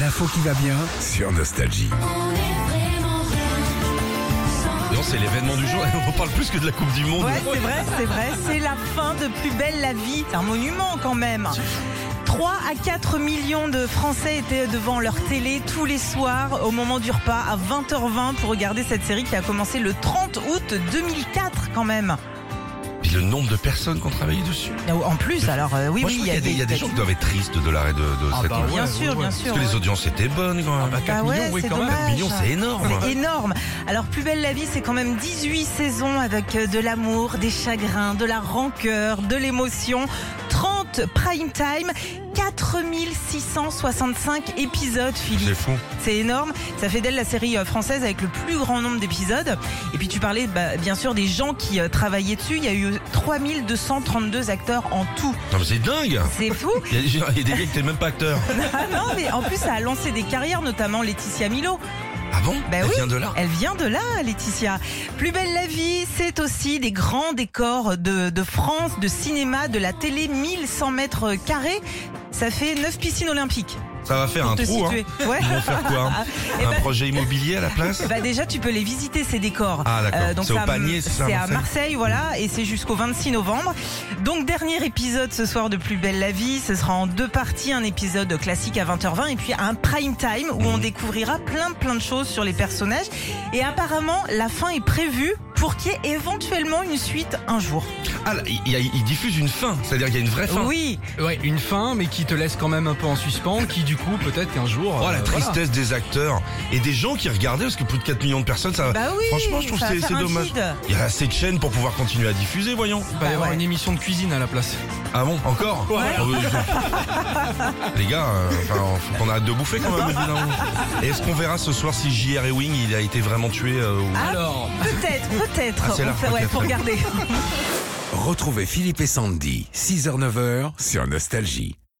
L'info qui va bien. sur Nostalgie. Non, c'est l'événement du jour. On parle plus que de la Coupe du Monde. Ouais, c'est vrai, c'est vrai. C'est la fin de Plus belle la vie. C'est un monument quand même. 3 à 4 millions de Français étaient devant leur télé tous les soirs au moment du repas à 20h20 pour regarder cette série qui a commencé le 30 août 2004 quand même. Puis le nombre de personnes qui ont travaillé dessus. En plus, alors euh, oui, Moi, je oui, trouve qu'il y a des, il y a des gens qui doivent être tristes de Ah l'arrêt de, de cette Ah, bah Bien émission. sûr, bien sûr. Parce que les audiences étaient bonnes Ah quand même. Bah ouais, c'est dommage. 4 millions, c'est énorme. C'est énorme. Alors, Plus belle la vie, c'est quand même 18 saisons avec euh, de l'amour, des chagrins, de la rancœur, de l'émotion. 30 prime time, 4665 épisodes, Ah, C'est Philippe. fou. C'est énorme. Ça fait d'elle la série euh, française avec le plus grand nombre d'épisodes. Et puis, tu parlais bah, bien sûr des gens qui euh, travaillaient dessus. Il y a eu 3232 acteurs en tout. Non, mais c'est dingue. C'est fou. Il y, a, des gens- il y a des gars qui étaient même pas acteurs. Ah non, mais en plus, ça a lancé des carrières, notamment Laetitia Milo. Ah bon Bah Elle oui. vient de là. Elle vient de là, Laetitia. Plus belle la vie, c'est aussi des grands décors de, de France, de cinéma, de la télé, 1100 mètres carrés. Ça fait 9 piscines olympiques. Ça va faire pour un te trou. Hein. situer. Ouais. Ils vont faire quoi hein Eh Un ben- projet immobilier à la place Bah déjà, tu peux les visiter, ces décors. Euh, Ah, d'accord. donc C'est au ça, panier, c'est ça, C'est à à Marseille, voilà, et c'est jusqu'au 26 novembre. Donc, dernier épisode ce soir de Plus belle la vie. Ce sera en deux parties, un épisode classique à 20h20 et puis un prime time où Mmh. on découvrira plein, plein de choses sur les personnages. Et apparemment, la fin est prévue pour qu'il y ait éventuellement une suite un jour. Ah, là, il, y a- il diffuse une fin. C'est-à-dire qu'il y a une vraie fin. Oui, Ouais, une fin, mais qui te laisse quand même un peu en suspens, qui du coup, peut-être qu'un jour. Oh euh, la voilà. tristesse des acteurs et des gens qui regardaient parce que plus de 4 millions de personnes ça bah oui. franchement je trouve que ça va c'est faire c'est un dommage. vide. Il y a assez de chaînes pour pouvoir continuer à diffuser voyons. Il va y Bah avoir ouais. une émission de cuisine à la place. Ah bon encore Ah oui, je- Les gars euh, enfin, faut qu'on arrête de bouffer quand même. au bout d'un moment. Et Est-ce qu'on verra ce soir si J.R. Ewing il a été vraiment tué euh, ou- Ah. Alors. Peut-être, peut-être. Ah, c'est là. On fait- ouais, Ok, faut très bien. regarder. Retrouvez Philippe et Sandy, 6h-9h sur Nostalgie.